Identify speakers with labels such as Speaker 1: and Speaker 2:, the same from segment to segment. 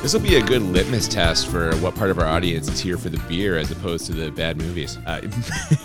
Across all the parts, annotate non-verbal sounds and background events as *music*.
Speaker 1: This will be a good litmus test for what part of our audience is here for the beer as opposed to the bad movies. *laughs*
Speaker 2: Uh,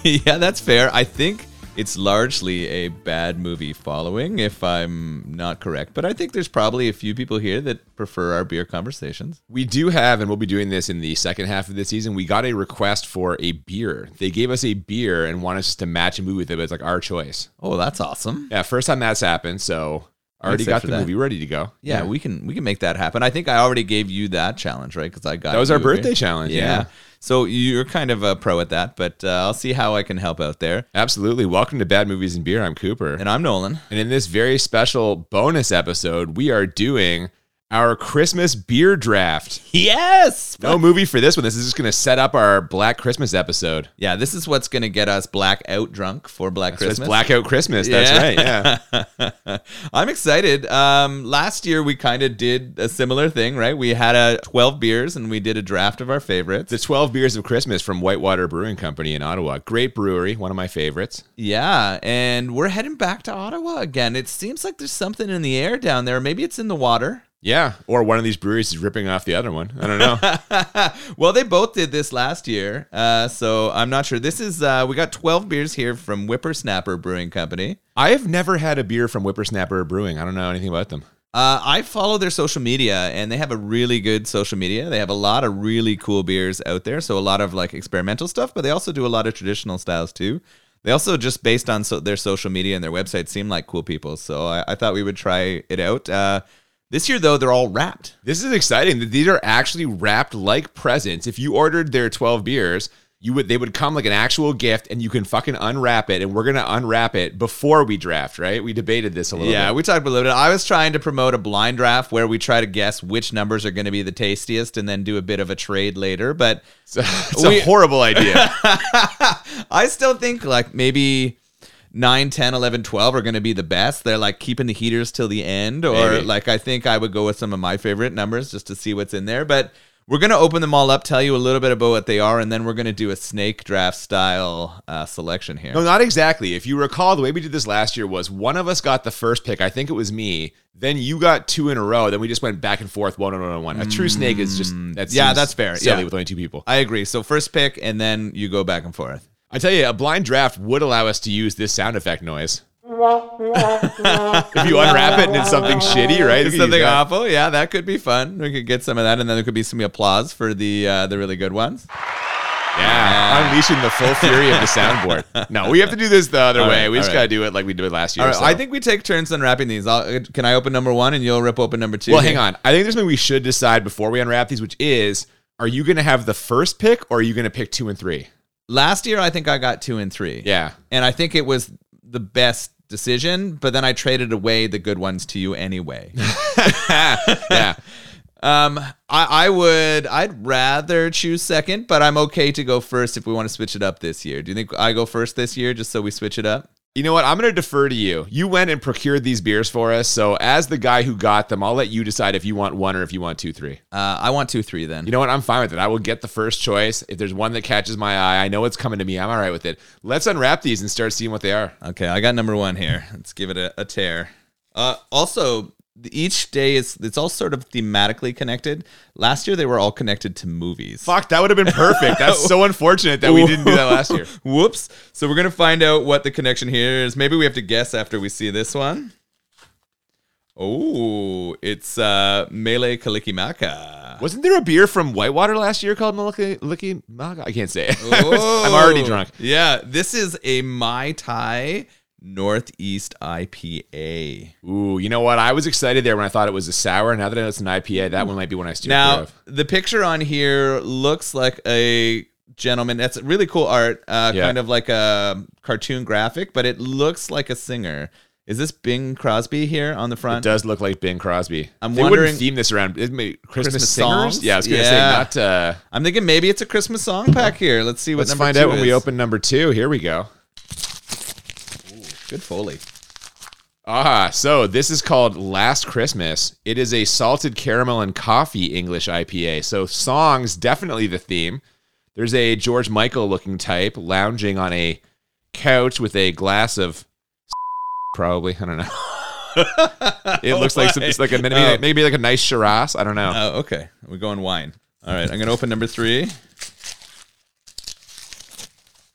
Speaker 2: yeah, that's fair. I think it's largely a bad movie following, if I'm not correct. But I think there's probably a few people here that prefer our beer conversations.
Speaker 1: We do have, and we'll be doing this in the second half of this season. We got a request for a beer. They gave us a beer and want us to match a movie with it, but it's like our choice.
Speaker 2: Oh, that's awesome.
Speaker 1: Yeah, first time that's happened, so already
Speaker 2: Except
Speaker 1: got
Speaker 2: for
Speaker 1: the
Speaker 2: that.
Speaker 1: movie ready to go.
Speaker 2: Yeah, we can we can make that happen. I think I already gave you that challenge, right? Because I got
Speaker 1: that was our
Speaker 2: you a beer.
Speaker 1: birthday challenge.
Speaker 2: Yeah.
Speaker 1: yeah.
Speaker 2: So you're kind of a pro at that, but uh, I'll see how I can help out there.
Speaker 1: Absolutely. Welcome to Bad Movies and Beer. I'm Cooper.
Speaker 2: And I'm Nolan.
Speaker 1: And in this very special bonus episode, we are doing our Christmas beer draft.
Speaker 2: Yes.
Speaker 1: No movie for this one. This is just going to set up our Black Christmas episode.
Speaker 2: Yeah, this is what's going to get us black out drunk for Black
Speaker 1: So it's
Speaker 2: Christmas.
Speaker 1: Blackout Christmas. That's right. Yeah. *laughs*
Speaker 2: right. Yeah. I'm excited. Um, last year we kind of did a similar thing, right? We had a 12 beers and we did a draft of our favorites.
Speaker 1: the 12 Beers of Christmas from Whitewater Brewing Company in Ottawa. Great brewery, one of my favorites.
Speaker 2: Yeah, and we're heading back to Ottawa again. It seems like there's something in the air down there. Maybe it's in the water. *laughs*
Speaker 1: Yeah. Or one of these breweries is ripping off the other one. I don't *laughs* know.
Speaker 2: well, they both did this last year, uh, so I'm not sure. This is uh, we got 12 beers here from Whippersnapper Brewing Company.
Speaker 1: I have never had a beer from Whippersnapper Brewing. I don't know anything about them.
Speaker 2: Uh, I follow their social media, and they have a really good social media. They have a lot of really cool beers out there, so a lot of like experimental stuff, but they also do a lot of traditional styles too. They also just based on so- their social media and their website seem like cool people, so I, I thought we would try it out. Uh, this year though, they're all wrapped.
Speaker 1: This is exciting. These are actually wrapped like presents. If you ordered their 12 beers, you would they would come like an actual gift and you can fucking unwrap it and we're going to unwrap it before we draft, right? We debated this a little
Speaker 2: Yeah,
Speaker 1: *laughs* bit.
Speaker 2: we talked a little bit. I was trying to promote a blind draft where we try to guess which numbers are going to be the tastiest and then do a bit of a trade later. But
Speaker 1: It's a, it's
Speaker 2: We-
Speaker 1: a horrible idea.
Speaker 2: I still think like maybe 9, 10, 11, 12 are going to be the best. They're like keeping the heaters till the end. Or
Speaker 1: Maybe.
Speaker 2: like I think I would go with some of my favorite numbers just to see what's in there. But we're going to open them all up, tell you a little bit about what they are, and then we're going to do a snake draft style uh, selection here.
Speaker 1: no, not exactly. If you recall, the way we did this last year was one of us got the first pick. I think it was me. Then you got two in a row. Then we just went back and forth, one on one on one. A true snake is just that's
Speaker 2: Yeah, that's fair.
Speaker 1: Silly
Speaker 2: Yeah.
Speaker 1: with only two people.
Speaker 2: I agree. So first pick, and then you go back and forth.
Speaker 1: I tell you, a blind draft would allow us to use this sound effect noise. if
Speaker 2: *laughs*
Speaker 1: you unwrap it and it's something shitty, right? We could
Speaker 2: It's
Speaker 1: use
Speaker 2: something
Speaker 1: that.
Speaker 2: awful. Yeah, that could be fun. We could get some of that, and then there could be some applause for the uh, the really good ones.
Speaker 1: Yeah, unleashing the full fury
Speaker 2: *laughs*
Speaker 1: of the soundboard. No, we have to do this the other
Speaker 2: All
Speaker 1: way.
Speaker 2: right,
Speaker 1: we
Speaker 2: all
Speaker 1: just
Speaker 2: right.
Speaker 1: got to do it like we did it last year.
Speaker 2: All right,
Speaker 1: so.
Speaker 2: I think we take turns unwrapping these. I'll, uh, can I open number one and you'll rip open number two?
Speaker 1: Well, hang on. I think there's something we should decide before we unwrap these, which is: Are you going to have the first pick, or are you going to pick two and three?
Speaker 2: Last year, I think I got two and three.
Speaker 1: Yeah.
Speaker 2: and I think it was the best decision. But then I traded away the good ones to
Speaker 1: *laughs*
Speaker 2: you anyway.
Speaker 1: yeah.
Speaker 2: um, I, I would. I'd rather choose second, but I'm okay to go first if we want to switch it up this year. Do you think I go first this year just so we switch it up?
Speaker 1: You know what? I'm going to defer to you. You went and procured these beers for us, so as the guy who got them, I'll let you decide if you want one or if you want two, three.
Speaker 2: Uh, I want two, three then.
Speaker 1: You know what? I'm fine with it. I will get the first choice. If there's one that catches my eye, I know it's coming to me. I'm all right with it. Let's unwrap these and start seeing what they are.
Speaker 2: Okay, I got number one here. Let's give it a, a tear. Uh, also, the- each day is it's all sort of thematically connected. Last year they were all connected to movies.
Speaker 1: Fuck, that would have been perfect. That's so unfortunate that we didn't do that last
Speaker 2: *laughs*
Speaker 1: year.
Speaker 2: Whoops. So we're gonna find out what the connection here is. Maybe we have to guess after we see this one. Oh, it's uh, Mele Kalikimaka.
Speaker 1: Wasn't there a beer from Whitewater last year called Maliki Licky Maga? I can't say it. I'm already
Speaker 2: Whoa.
Speaker 1: drunk.
Speaker 2: Yeah, this is a Mai Tai Northeast IPA.
Speaker 1: Ooh, you know what? I was excited there when I thought it was a sour. Now that I know it's an IPA, that one might be one I steer clear
Speaker 2: Now,
Speaker 1: of.
Speaker 2: the picture on here looks like a gentleman. That's really cool art, uh,
Speaker 1: Yeah.
Speaker 2: kind of like a cartoon graphic, but it looks like a singer. Is this Bing Crosby here on the
Speaker 1: It
Speaker 2: front?
Speaker 1: does look like Bing Crosby.
Speaker 2: I'm
Speaker 1: they
Speaker 2: wondering-
Speaker 1: wouldn't theme this around it may, Christmas,
Speaker 2: Christmas
Speaker 1: singers.
Speaker 2: songs?
Speaker 1: Yeah, I was gonna
Speaker 2: Yeah.
Speaker 1: say not. Uh,
Speaker 2: I'm thinking maybe it's a Christmas song pack here. Let's see what
Speaker 1: let's
Speaker 2: number
Speaker 1: find
Speaker 2: two
Speaker 1: out when we
Speaker 2: is.
Speaker 1: open number two. Here we go.
Speaker 2: Good Foley.
Speaker 1: Ah, so this is called Last Christmas. It is a salted caramel and coffee English IPA. So songs definitely the theme. There's a George Michael looking type lounging on a couch with a glass of *laughs* probably I don't know. *laughs* It looks like something it's like a maybe,
Speaker 2: Oh.
Speaker 1: maybe like a nice Shiraz. I don't know.
Speaker 2: Oh, okay. We're going wine. All right, I'm gonna open number three.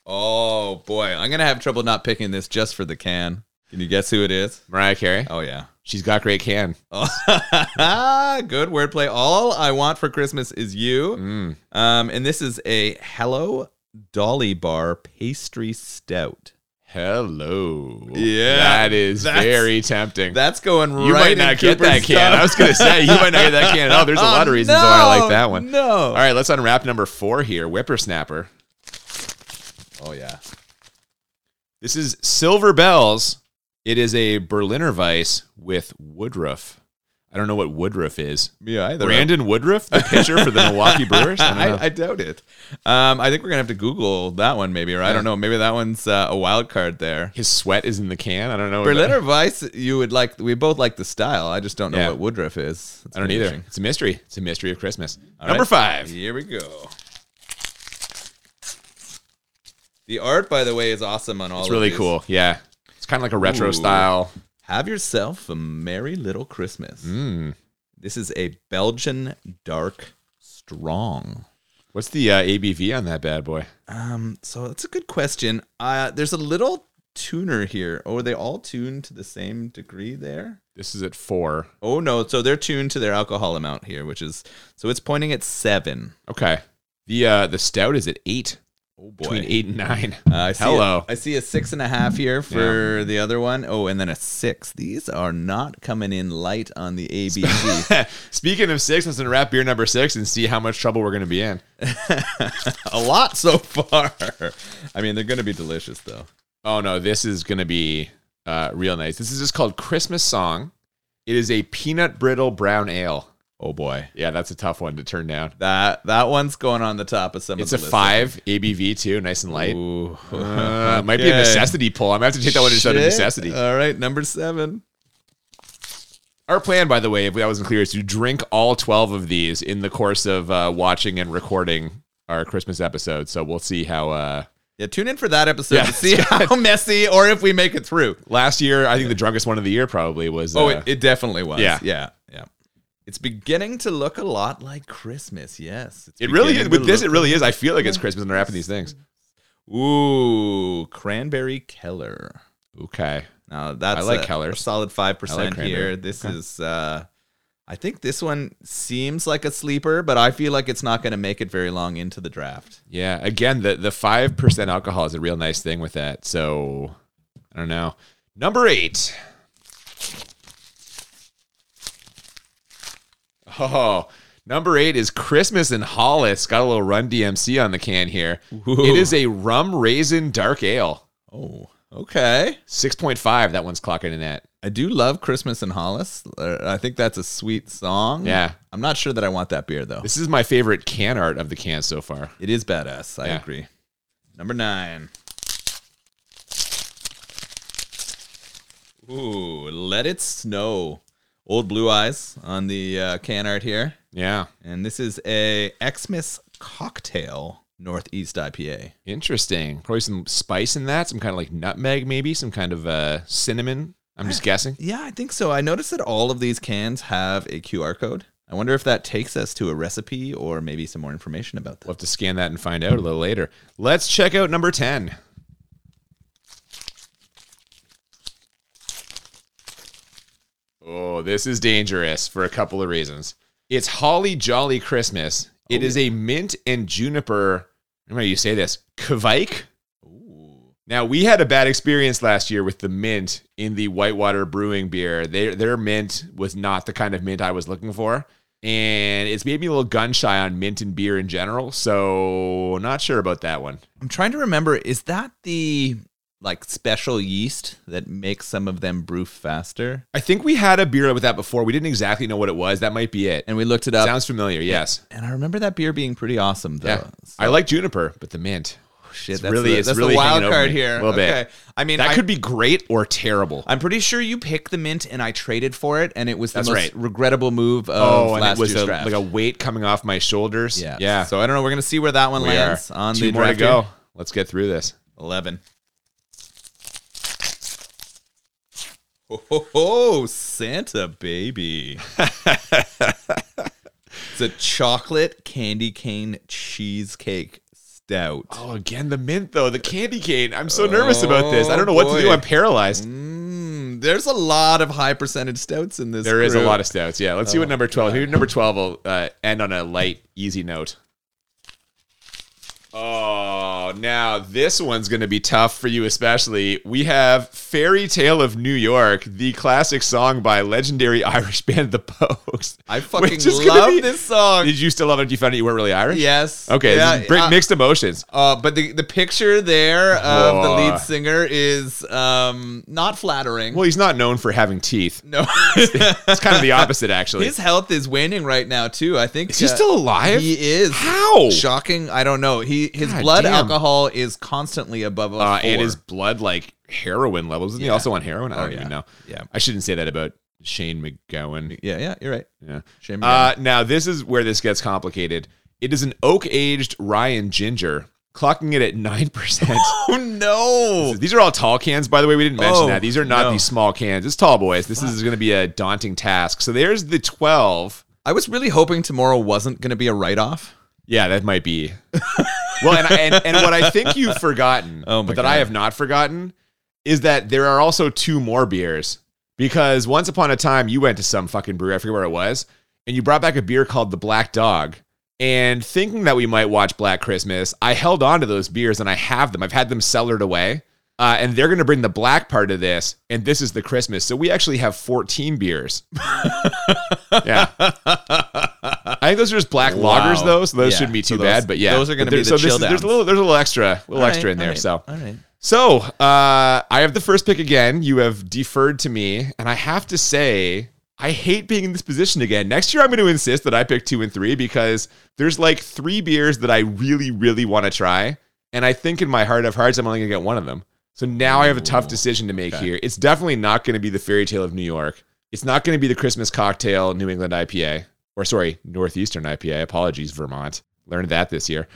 Speaker 2: Oh boy, I'm gonna have trouble not picking this just for the can. Can you guess who it is?
Speaker 1: Mariah Carey.
Speaker 2: Oh yeah. *laughs*
Speaker 1: She's got great can.
Speaker 2: Oh, good wordplay. All I want for Christmas is you.
Speaker 1: Mm.
Speaker 2: Um, and this is a Hello Dolly Bar pastry stout.
Speaker 1: Hello.
Speaker 2: Yeah,
Speaker 1: That is
Speaker 2: that's-
Speaker 1: very tempting.
Speaker 2: That's going
Speaker 1: you
Speaker 2: right.
Speaker 1: might
Speaker 2: in
Speaker 1: not get
Speaker 2: Cooper's
Speaker 1: that can.
Speaker 2: cup.
Speaker 1: I was gonna say you might not get that can at all. There's a lot
Speaker 2: *laughs* Oh,
Speaker 1: of reasons why I like that
Speaker 2: no,
Speaker 1: one.
Speaker 2: No.
Speaker 1: All right, let's unwrap number four here. Whippersnapper.
Speaker 2: Oh yeah.
Speaker 1: This is Silver Bells. It is a Berliner Weiss with Woodruff. I don't know what Woodruff is.
Speaker 2: Me either.
Speaker 1: Brandon Woodruff, the pitcher
Speaker 2: *laughs*
Speaker 1: for the Milwaukee Brewers. I don't know.
Speaker 2: I, I doubt it. Um, I think we're gonna have to Google that one, maybe, or I
Speaker 1: Yeah.
Speaker 2: don't know. Maybe that one's uh, a wild card there.
Speaker 1: His sweat is in the can. I don't know. what
Speaker 2: Berliner Weiss, you would like. We both like the style. I just don't know
Speaker 1: Yeah.
Speaker 2: what Woodruff is. That's
Speaker 1: that- I don't either.
Speaker 2: interesting.
Speaker 1: It's a mystery. It's a mystery of Christmas.
Speaker 2: All
Speaker 1: Number
Speaker 2: right.
Speaker 1: five.
Speaker 2: Here we go. The art, by the way, is awesome on all.
Speaker 1: It's
Speaker 2: of
Speaker 1: really
Speaker 2: these.
Speaker 1: cool. Yeah. It's kind of like a retro
Speaker 2: Ooh.
Speaker 1: style.
Speaker 2: Have yourself a merry little Christmas.
Speaker 1: Mm.
Speaker 2: This is a Belgian dark strong.
Speaker 1: What's the uh, ABV on that bad boy?
Speaker 2: Um, so that's a good question. Uh, there's a little tuner here. Oh, are they all tuned to the same degree there?
Speaker 1: This is at four.
Speaker 2: Oh no, so they're tuned to their alcohol amount here, which is so it's pointing at seven.
Speaker 1: Okay. The uh, the stout is at eight.
Speaker 2: Oh boy.
Speaker 1: Between eight and nine. *laughs*
Speaker 2: Uh, I see
Speaker 1: Hello.
Speaker 2: A, I see a six and a half here for the other one. Oh, and then a six. These are not coming in light on the *laughs* ABC.
Speaker 1: Speaking of six, let's unwrap beer number six and see how much trouble we're going to be in.
Speaker 2: a lot so far. I mean, they're going to be delicious though.
Speaker 1: Oh no, this is gonna be uh, real nice. This is just called Christmas Song. It is a peanut brittle brown ale.
Speaker 2: Oh boy,
Speaker 1: Yeah, that's a tough one to turn down.
Speaker 2: that that one's going on the top of some.
Speaker 1: It's a
Speaker 2: of the list.
Speaker 1: five ABV too, nice and light.
Speaker 2: Ooh.
Speaker 1: Uh, Might
Speaker 2: *laughs*
Speaker 1: be a
Speaker 2: Okay.
Speaker 1: necessity pull. I'm gonna have to take that one just out of
Speaker 2: Shit.
Speaker 1: necessity.
Speaker 2: All right, number seven.
Speaker 1: Our plan, by the way, if that wasn't clear, is to drink all 12 of these in the course of uh, watching and recording our Christmas episode. So we'll see how. Uh,
Speaker 2: Yeah, tune in for that episode
Speaker 1: Yeah.
Speaker 2: to see how messy or if we make it through.
Speaker 1: last year, I think the drunkest one of the year probably was.
Speaker 2: Oh,
Speaker 1: uh,
Speaker 2: it, it definitely was.
Speaker 1: Yeah.
Speaker 2: yeah, yeah. It's beginning to look a lot like Christmas. Yes, It's
Speaker 1: it really is.
Speaker 2: beginning
Speaker 1: With
Speaker 2: to
Speaker 1: this,
Speaker 2: look-
Speaker 1: it really is. I feel like it's Christmas and they're wrapping these things.
Speaker 2: Ooh, cranberry Keller.
Speaker 1: Okay.
Speaker 2: Now that's
Speaker 1: I like
Speaker 2: a,
Speaker 1: Kellers.
Speaker 2: a solid five
Speaker 1: I like
Speaker 2: percent
Speaker 1: cranberry.
Speaker 2: here. This is. uh I think this one seems like a sleeper, but I feel like it's not going to make it very long into the draft.
Speaker 1: Yeah. Again, the the five percent alcohol is a real nice thing with that. So I don't know. Number eight. Oh, number eight is Christmas in Hollis. Got a little Run DMC on the can here. It is a rum raisin dark ale.
Speaker 2: Oh, okay.
Speaker 1: Six point five. That one's clocking in at.
Speaker 2: I do love Christmas in Hollis. Uh, I think that's a sweet song.
Speaker 1: Yeah.
Speaker 2: I'm not sure that I want that beer though.
Speaker 1: This is my favorite can art of the can so far.
Speaker 2: It is badass. I
Speaker 1: Yeah.
Speaker 2: agree. Number nine. Ooh, let it snow. Old blue eyes on the uh, can art here,
Speaker 1: Yeah.
Speaker 2: and this is a Xmas cocktail Northeast IPA.
Speaker 1: Interesting. Probably some spice in that. Some kind of like nutmeg, maybe. Some kind of uh, cinnamon. I'm just guessing.
Speaker 2: Yeah, I think so. I noticed that all of these cans have a QR code. I wonder if that takes us to a recipe or maybe some more information about that.
Speaker 1: We'll have to scan that and find out a little later. Let's check out number 10. Oh, this is dangerous for a couple of reasons. It's Holly Jolly Christmas. It
Speaker 2: Oh,
Speaker 1: is a mint and juniper. I don't know how you say this. Kvike.
Speaker 2: Ooh.
Speaker 1: Now we had a bad experience last year with the mint in the Whitewater Brewing beer. Their their mint was not the kind of mint I was looking for, and it's made me a little gun shy on mint and beer in general. So not sure about that one.
Speaker 2: I'm trying to remember. Is that the like special yeast that makes some of them brew faster?
Speaker 1: I think we had a beer with that before. We didn't exactly know what it was. That might be it.
Speaker 2: And we looked it up,
Speaker 1: Sounds familiar. Yes.
Speaker 2: and I remember that beer being pretty awesome though.
Speaker 1: Yeah.
Speaker 2: So,
Speaker 1: I like juniper, but the mint
Speaker 2: shit,
Speaker 1: it's
Speaker 2: that's
Speaker 1: really-
Speaker 2: the,
Speaker 1: it's
Speaker 2: that's
Speaker 1: really
Speaker 2: the wild
Speaker 1: hanging over
Speaker 2: card
Speaker 1: me
Speaker 2: here.
Speaker 1: a little bit.
Speaker 2: Okay. I mean,
Speaker 1: that
Speaker 2: I,
Speaker 1: could be great or terrible.
Speaker 2: I'm pretty sure you picked the mint, and I traded for it, and it was the
Speaker 1: That's
Speaker 2: most
Speaker 1: right.
Speaker 2: regrettable move of
Speaker 1: Oh, and
Speaker 2: last
Speaker 1: it was
Speaker 2: year's
Speaker 1: a,
Speaker 2: draft.
Speaker 1: like a weight coming off my shoulders.
Speaker 2: yeah,
Speaker 1: Yeah.
Speaker 2: So I don't know. We're gonna see where that one
Speaker 1: we are.
Speaker 2: lands on
Speaker 1: Two
Speaker 2: the
Speaker 1: more to
Speaker 2: draft
Speaker 1: go.
Speaker 2: here.
Speaker 1: Let's get through this.
Speaker 2: Eleven. Oh, oh, Santa *laughs* baby. it's a chocolate candy cane cheesecake stout.
Speaker 1: Oh, again, the mint, though. The candy cane. I'm so nervous about this. I don't know what to do.
Speaker 2: Oh, boy.
Speaker 1: I'm paralyzed.
Speaker 2: Mm, there's a lot of high percentage stouts in this.
Speaker 1: There is a
Speaker 2: group.
Speaker 1: lot of stouts. Yeah, let's see
Speaker 2: Oh,
Speaker 1: what number 12. Maybe number 12 will uh, end on a light, easy note. Oh, now this one's going to be tough for you, especially. We have Fairy Tale of New York, the classic song by legendary *laughs* Irish band The Pogues.
Speaker 2: I
Speaker 1: *laughs* which
Speaker 2: fucking
Speaker 1: is gonna
Speaker 2: love
Speaker 1: be-
Speaker 2: this song.
Speaker 1: Did you still love it? if you found out you weren't really Irish?
Speaker 2: Yes.
Speaker 1: Okay,
Speaker 2: Yeah,
Speaker 1: this is bri-
Speaker 2: uh,
Speaker 1: mixed emotions.
Speaker 2: Uh, but the, the picture there of the
Speaker 1: Whoa.
Speaker 2: lead singer is um, not flattering.
Speaker 1: Well, he's not known for having teeth. *laughs*
Speaker 2: no, *laughs*
Speaker 1: It's kind of the opposite, actually.
Speaker 2: his health is waning right now too. I think
Speaker 1: is he
Speaker 2: uh,
Speaker 1: still alive?
Speaker 2: He is.
Speaker 1: How?
Speaker 2: Shocking. I don't know. He his
Speaker 1: God
Speaker 2: blood
Speaker 1: damn.
Speaker 2: alcohol is constantly above a
Speaker 1: uh,
Speaker 2: four.
Speaker 1: and his blood like heroin levels. Isn't he
Speaker 2: Yeah. Oh,
Speaker 1: also on heroin? I don't
Speaker 2: yeah.
Speaker 1: even know.
Speaker 2: Yeah.
Speaker 1: I shouldn't say that about Shane McGowan.
Speaker 2: Yeah, yeah, you're right.
Speaker 1: Yeah.
Speaker 2: Shame. again.
Speaker 1: Uh, now this is where this gets complicated. It is an oak aged Ryan Ginger, clocking it at nine
Speaker 2: *laughs*
Speaker 1: percent.
Speaker 2: oh
Speaker 1: *laughs*
Speaker 2: no.
Speaker 1: These are all tall cans, by the way. We didn't mention
Speaker 2: Oh,
Speaker 1: that. These are not
Speaker 2: no.
Speaker 1: these small cans. It's tall boys. This is going to be a daunting task. So there's the twelve.
Speaker 2: I was really hoping tomorrow wasn't going to be a write off.
Speaker 1: Yeah, that might be. well, and, and and what I think you've forgotten,
Speaker 2: *laughs* Oh my
Speaker 1: but that I
Speaker 2: God.
Speaker 1: have not forgotten, is that there are also two more beers. Because once upon a time, you went to some fucking brewery, I forget where it was, and you brought back a beer called the Black Dog. And thinking that we might watch Black Christmas, I held on to those beers and I have them. I've had them cellared away. Uh, and they're going to bring the black part of this, and this is the Christmas. So we actually have 14
Speaker 2: *laughs*
Speaker 1: beers. yeah. I think those are just black loggers,
Speaker 2: Wow.
Speaker 1: though, so those
Speaker 2: Yeah.
Speaker 1: shouldn't be
Speaker 2: So
Speaker 1: too
Speaker 2: those-
Speaker 1: bad. But yeah,
Speaker 2: those are gonna
Speaker 1: But there-
Speaker 2: be the
Speaker 1: so this
Speaker 2: chill
Speaker 1: is- There's a
Speaker 2: downs.
Speaker 1: little, there's a little extra, little
Speaker 2: All
Speaker 1: extra
Speaker 2: right,
Speaker 1: in
Speaker 2: all
Speaker 1: there.
Speaker 2: right,
Speaker 1: So
Speaker 2: all right.
Speaker 1: so uh, I have the first pick again. You have deferred to me, and I have to say, I hate being in this position again. Next year, I'm going to insist that I pick two and three because there's like three beers that I really, really want to try, and I think in my heart of hearts, I'm only going to get one of them. So now I have a tough decision to make
Speaker 2: okay.
Speaker 1: here. It's definitely not going to be the fairy tale of New York. It's not going to be the Christmas cocktail New England IPA, or sorry, Northeastern IPA. Apologies, Vermont. Learned that this year.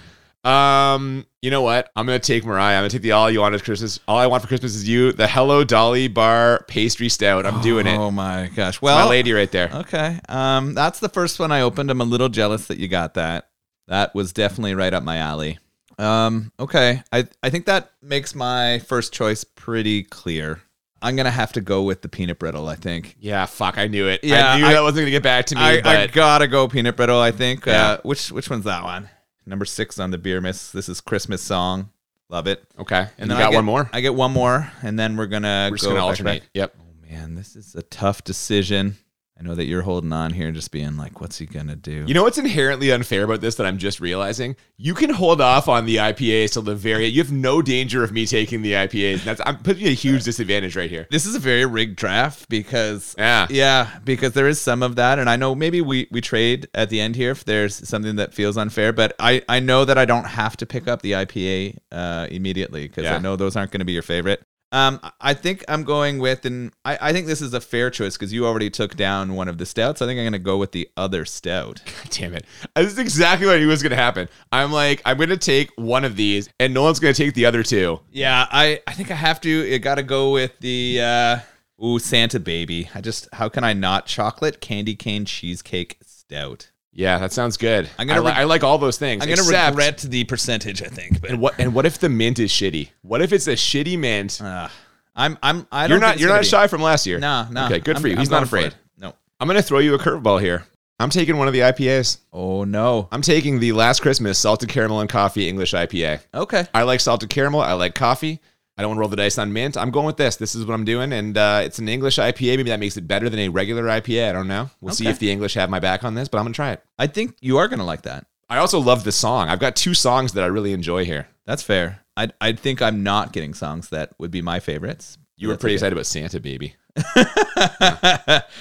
Speaker 1: Um, you know what? I'm gonna take Mariah. I'm gonna take the all you want is Christmas. All I want for Christmas is you. The Hello Dolly Bar pastry stout. I'm doing it.
Speaker 2: Oh my gosh.
Speaker 1: My
Speaker 2: Well,
Speaker 1: lady right there.
Speaker 2: okay. Um, that's the first one I opened. I'm a little jealous that you got that. That was definitely right up my alley. Um, okay. I I think that makes my first choice pretty clear. I'm gonna have to go with the peanut brittle. I think.
Speaker 1: Yeah, fuck, I knew it.
Speaker 2: Yeah,
Speaker 1: I knew
Speaker 2: I-
Speaker 1: that wasn't gonna get back to me.
Speaker 2: I, I
Speaker 1: but
Speaker 2: gotta go peanut brittle. I think.
Speaker 1: Yeah.
Speaker 2: Uh, which which one's that one? Number six on the beer miss. This is Christmas song. Love it.
Speaker 1: okay, and, you
Speaker 2: I
Speaker 1: got
Speaker 2: get-
Speaker 1: one more.
Speaker 2: I get one more, and then we're gonna
Speaker 1: We're just
Speaker 2: go
Speaker 1: gonna
Speaker 2: back to
Speaker 1: alternate.
Speaker 2: back.
Speaker 1: Yep.
Speaker 2: Oh man, this is a tough decision. I know that you're holding on here, just being like, "What's he gonna do?"
Speaker 1: You know what's inherently unfair about this that I'm just realizing? You can hold off on the IPAs till the very. You have no danger of me taking the IPAs. That's I'm putting you at a huge disadvantage right here.
Speaker 2: this is a very rigged draft because
Speaker 1: Yeah.
Speaker 2: yeah because there is some of that and i know maybe we we trade at the end here if there's something that feels unfair but i i know that i don't have to pick up the ipa uh immediately because
Speaker 1: Yeah.
Speaker 2: i know those aren't going to be your favorite um I- i think i'm going with and i i think this is a fair choice because you already took down one of the stouts i think i'm going to go with the other stout
Speaker 1: Damn it. This is exactly what I knew was going to happen. I'm like, I'm going to take one of these, and no one's going to take the other two.
Speaker 2: yeah i i think i have to i gotta go with the uh Ooh, Santa baby! I just how can I not chocolate candy cane cheesecake stout?
Speaker 1: Yeah, that sounds good. i
Speaker 2: I'm gonna
Speaker 1: li-
Speaker 2: reg-
Speaker 1: I like all those things.
Speaker 2: I'm gonna
Speaker 1: except-
Speaker 2: regret the percentage, I think. But
Speaker 1: And what? And what if the mint is shitty? What if it's a shitty mint?
Speaker 2: uh, I'm I'm I don't
Speaker 1: You're
Speaker 2: think
Speaker 1: not.
Speaker 2: it's
Speaker 1: You're
Speaker 2: gonna
Speaker 1: not
Speaker 2: be-
Speaker 1: shy from last year.
Speaker 2: No, no.
Speaker 1: Okay, good for
Speaker 2: I'm-
Speaker 1: you.
Speaker 2: I'm
Speaker 1: He's not
Speaker 2: going for
Speaker 1: afraid.
Speaker 2: it. No.
Speaker 1: I'm gonna throw you a curveball here. I'm taking one of the IPAs.
Speaker 2: Oh no.
Speaker 1: I'm taking the Last Christmas salted caramel and coffee English IPA.
Speaker 2: Okay.
Speaker 1: I like salted caramel. I like coffee. I don't want to roll the dice on mint. I'm going with this. This is what I'm doing, and uh, it's an English IPA. Maybe that makes it better than a regular IPA. I don't know. We'll see
Speaker 2: Okay.
Speaker 1: if the English have my back on this, but I'm gonna try it.
Speaker 2: I think you are gonna like that.
Speaker 1: I also love the song. I've got two songs that I really enjoy here.
Speaker 2: That's fair. I I think I'm not getting songs that would be my favorites.
Speaker 1: You were
Speaker 2: That's
Speaker 1: pretty
Speaker 2: okay.
Speaker 1: excited about Santa, baby. *laughs*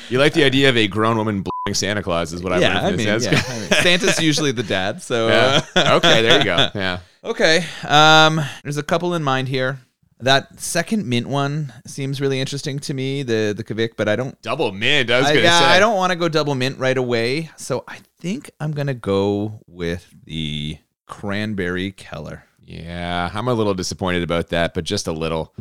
Speaker 1: You like the idea of a grown woman blowing Santa Claus, is what I
Speaker 2: yeah,
Speaker 1: learned.
Speaker 2: I
Speaker 1: from
Speaker 2: mean,
Speaker 1: this. That's
Speaker 2: yeah,
Speaker 1: good.
Speaker 2: I mean, Santa's usually the dad, so uh,
Speaker 1: *laughs* Yeah. Okay, there you go. Yeah.
Speaker 2: okay. Um, there's a couple in mind here. That second mint one seems really interesting to me, the the Kavik, but I don't
Speaker 1: Double mint. I was
Speaker 2: I,
Speaker 1: going to
Speaker 2: yeah,
Speaker 1: say.
Speaker 2: I don't want to go double mint right away, so I think I'm gonna go with the cranberry Keller.
Speaker 1: Yeah, I'm a little disappointed about that, but just a little.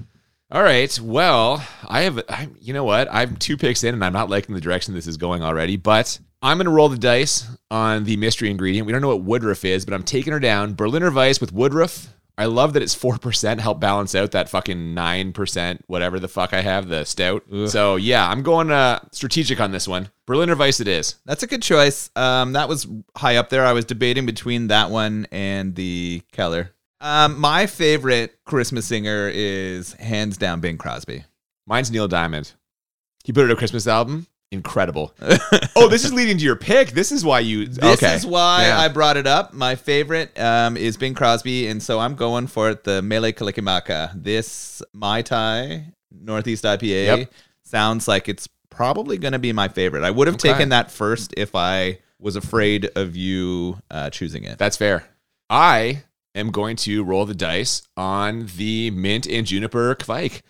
Speaker 1: All right. Well, I have, I, you know what? I'm two picks in and I'm not liking the direction this is going already, but I'm going to roll the dice on the mystery ingredient. We don't know what Woodruff is, but I'm taking her down. Berliner Weiss with Woodruff. I love that it's 4%, help balance out that fucking 9%, whatever the fuck I have, the stout. So, yeah, I'm going uh, strategic on this one. Berliner Weiss it is.
Speaker 2: That's a good choice. Um, that was high up there. I was debating between that one and the Keller. Um, my favorite Christmas singer is hands down Bing Crosby.
Speaker 1: Mine's Neil Diamond. He put out a Christmas album.
Speaker 2: *laughs*
Speaker 1: Incredible. oh, this is leading to your pick. This is why you.
Speaker 2: This
Speaker 1: okay.
Speaker 2: is why
Speaker 1: Yeah.
Speaker 2: I brought it up. My favorite um, is Bing Crosby, and so I'm going for it. The Mele Kalikimaka. This Mai Tai Northeast IPA
Speaker 1: Yep.
Speaker 2: sounds like it's probably going to be my favorite. I would have
Speaker 1: Okay.
Speaker 2: taken that first if I was afraid of you uh, choosing it.
Speaker 1: That's fair. I am going to roll the dice on the mint and juniper kvike.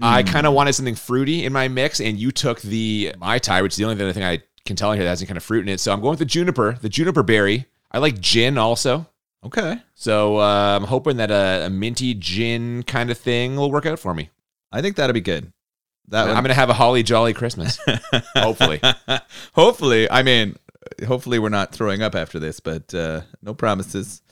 Speaker 1: I
Speaker 2: Hmm.
Speaker 1: kind of wanted something fruity in my mix, and you took the Mai Tai, which is the only other thing I can tell here that has any kind of fruit in it. So I'm going with the juniper, the juniper berry. I like gin also.
Speaker 2: okay.
Speaker 1: So uh, I'm hoping that a, a minty gin kind of thing will work out for me.
Speaker 2: I think that'll be good. That
Speaker 1: I'm
Speaker 2: one-
Speaker 1: going to have a holly jolly
Speaker 2: *laughs*
Speaker 1: Christmas, hopefully.
Speaker 2: hopefully, I mean, hopefully we're not throwing up after this, but uh, no promises.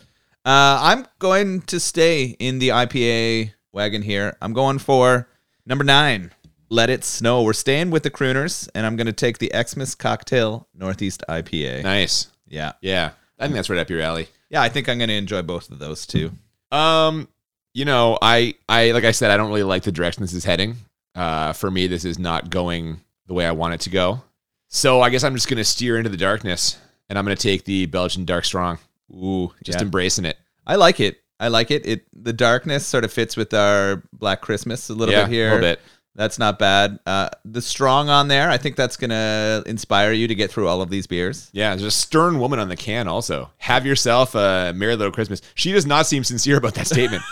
Speaker 2: Uh, I'm going to stay in the IPA wagon here. I'm going for number nine. Let it snow. We're staying with the crooners, and I'm going to take the Xmas cocktail Northeast IPA.
Speaker 1: Nice.
Speaker 2: Yeah,
Speaker 1: Yeah. I think that's right up your alley.
Speaker 2: yeah. I think I'm going to enjoy both of those too.
Speaker 1: Um, you know, I I like I said, I don't really like the direction this is heading. Uh, for me, this is not going the way I want it to go. So I guess I'm just gonna steer into the darkness, and I'm gonna take the Belgian dark strong,
Speaker 2: Ooh,
Speaker 1: just
Speaker 2: yeah.
Speaker 1: embracing it.
Speaker 2: I like it. I like it. It the darkness sort of fits with our Black Christmas a little
Speaker 1: yeah,
Speaker 2: bit here.
Speaker 1: a little bit.
Speaker 2: That's not bad. Uh, the strong on there, I think that's gonna inspire you to get through all of these beers.
Speaker 1: Yeah, there's a stern woman on the can. Also, have yourself a merry little Christmas. She does not seem sincere about that
Speaker 2: *laughs*
Speaker 1: statement.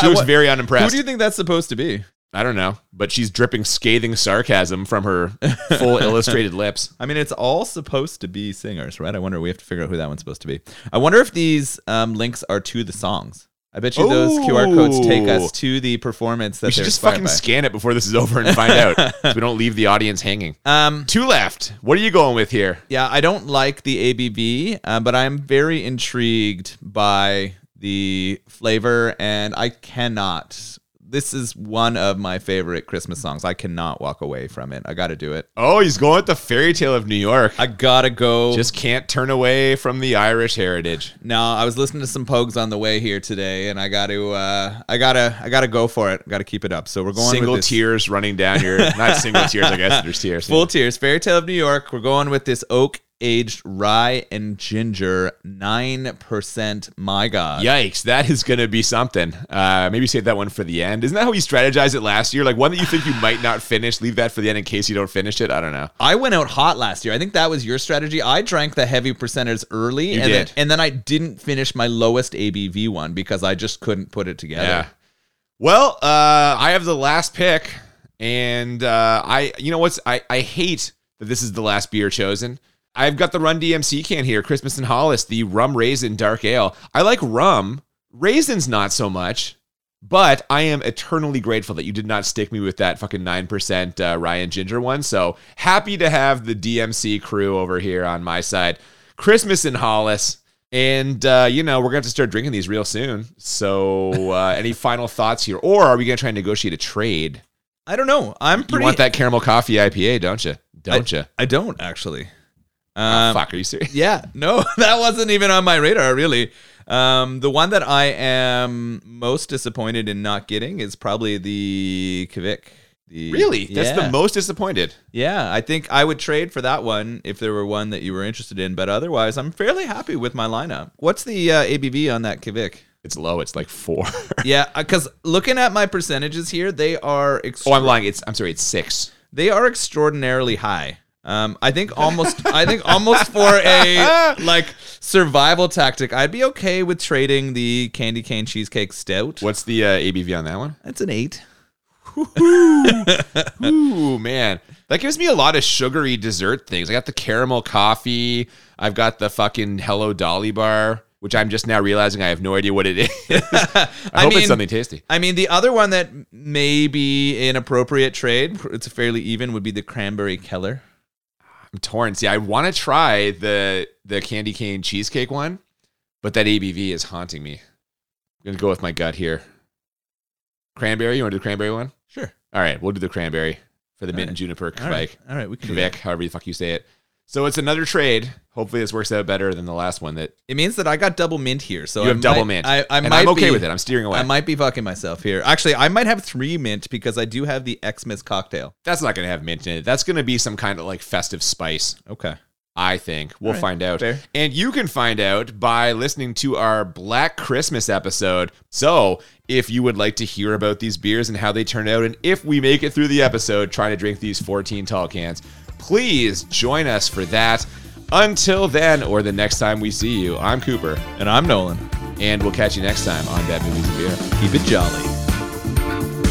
Speaker 1: she was
Speaker 2: What-
Speaker 1: very
Speaker 2: Who
Speaker 1: unimpressed.
Speaker 2: do you think that's supposed to be?
Speaker 1: I don't know, but she's dripping scathing sarcasm from her
Speaker 2: *laughs*
Speaker 1: full illustrated lips.
Speaker 2: I mean, it's all supposed to be singers, right? I wonder. We have to figure out who that one's supposed to be. I wonder if these um, links are to the songs. I bet you those QR codes take us
Speaker 1: Ooh.
Speaker 2: to the performance that
Speaker 1: We
Speaker 2: they're
Speaker 1: should just
Speaker 2: inspired
Speaker 1: fucking
Speaker 2: by.
Speaker 1: scan it before this is over and find out.
Speaker 2: *laughs*
Speaker 1: so we don't leave the audience hanging.
Speaker 2: um,
Speaker 1: Two left. What are you going with here?
Speaker 2: yeah, I don't like the ABV, uh, but I'm very intrigued by the flavor, and I cannot. This is one of my favorite Christmas songs. I cannot walk away from it. I got to do it.
Speaker 1: Oh, he's going with the fairy tale of New York. I
Speaker 2: I gotta go.
Speaker 1: just can't turn away from the Irish heritage.
Speaker 2: no, I was listening to some Pogues on the way here today, and I gotta, uh, I gotta, I gotta go for it. Gotta keep it up. So we're going
Speaker 1: single
Speaker 2: with this
Speaker 1: tears running down your not single tears, I guess there's tears.
Speaker 2: full tears. Fairy Tale of New York. We're going with this oak aged rye and ginger, nine percent. My God.
Speaker 1: Yikes, that is gonna be something. Uh, maybe save that one for the end. Isn't that how you strategized it last year? Like one that you think you might not finish, leave that for the end in case you don't finish it. I don't know.
Speaker 2: I went out hot last year. I think that was your strategy. I drank the heavy percenters early,
Speaker 1: You
Speaker 2: and
Speaker 1: did.
Speaker 2: then and then I didn't finish my lowest ABV one because I just couldn't put it together.
Speaker 1: Yeah. Well, uh, I have the last pick, and uh, I, you know what's, I, I hate that this is the last beer chosen. I've got the Run DMC can here, Christmas and Hollis, the rum raisin dark ale. I like rum, raisins not so much, but I am eternally grateful that you did not stick me with that fucking nine percent uh, Ryan Ginger one. So happy to have the DMC crew over here on my side. Christmas in Hollis. And uh, you know we're gonna have to start drinking these real soon. So, uh, *laughs* any final thoughts here, or are we gonna try and negotiate a trade?
Speaker 2: I don't know. I'm pretty.
Speaker 1: You want that caramel coffee IPA, don't you? Don't you?
Speaker 2: I don't actually. Um,
Speaker 1: Ah, Fuck, are you serious?
Speaker 2: Yeah, no, *laughs* that wasn't even on my radar, really. Um, the one that I am most disappointed in not getting is probably the Kvik. The,
Speaker 1: *laughs* Really? That's
Speaker 2: Yeah.
Speaker 1: the most disappointed.
Speaker 2: Yeah, I think I would trade for that one if there were one that you were interested in, but otherwise, I'm fairly happy with my lineup. What's the uh, ABV on that Kvik?
Speaker 1: It's low. It's like *laughs* four.
Speaker 2: yeah, because looking at my percentages here, they are
Speaker 1: oh,
Speaker 2: extra-
Speaker 1: I'm lying. It's I'm sorry. It's six.
Speaker 2: they are extraordinarily high. Um, I
Speaker 1: *laughs*
Speaker 2: think almost, I think almost for a like survival tactic, I'd be okay with trading the candy cane cheesecake stout.
Speaker 1: What's the uh, ABV on that one?
Speaker 2: That's an eight.
Speaker 1: Ooh, man. That gives me a lot of sugary dessert things. I got the caramel coffee. I've got the fucking Hello Dolly bar. which I'm just now realizing I have no idea what it *laughs* is. I,
Speaker 2: *laughs* I
Speaker 1: hope
Speaker 2: mean-
Speaker 1: it's something tasty.
Speaker 2: I mean, the other one that may be an appropriate trade, it's fairly even, would be the cranberry Keller.
Speaker 1: I'm torn. See, I want to try the the candy cane cheesecake one, but that ABV is haunting me. I'm gonna go with my gut here. Cranberry, you want to do the cranberry one?
Speaker 2: Sure.
Speaker 1: All right, we'll do the cranberry for the mint
Speaker 2: right.
Speaker 1: and juniper
Speaker 2: All
Speaker 1: Kvike.
Speaker 2: right. All right. We can do
Speaker 1: Kvik,
Speaker 2: that.
Speaker 1: however the fuck you say it. So it's another trade. Hopefully, this works out better than the last one. That
Speaker 2: It means that I got double mint here. So
Speaker 1: you
Speaker 2: I
Speaker 1: have double
Speaker 2: might-
Speaker 1: mint,
Speaker 2: I, I
Speaker 1: and
Speaker 2: might
Speaker 1: I'm okay
Speaker 2: be-
Speaker 1: with it. I'm steering away.
Speaker 2: I might be fucking myself here. Actually, I might have three mint because I do have the Xmas cocktail.
Speaker 1: That's not going to have mint in it. That's going to be some kind of like festive spice.
Speaker 2: Okay.
Speaker 1: I think. We'll
Speaker 2: right.
Speaker 1: find out.
Speaker 2: Fair.
Speaker 1: And you can find out by listening to our Black Christmas episode. So, if you would like to hear about these beers and how they turn out, and if we make it through the episode trying to drink these 14 tall cans, please join us for that. Until then, or the next time we see you, I'm Cooper,
Speaker 2: And I'm Nolan.
Speaker 1: and we'll catch you next time on Bad Movies and Beer.
Speaker 2: Keep it jolly.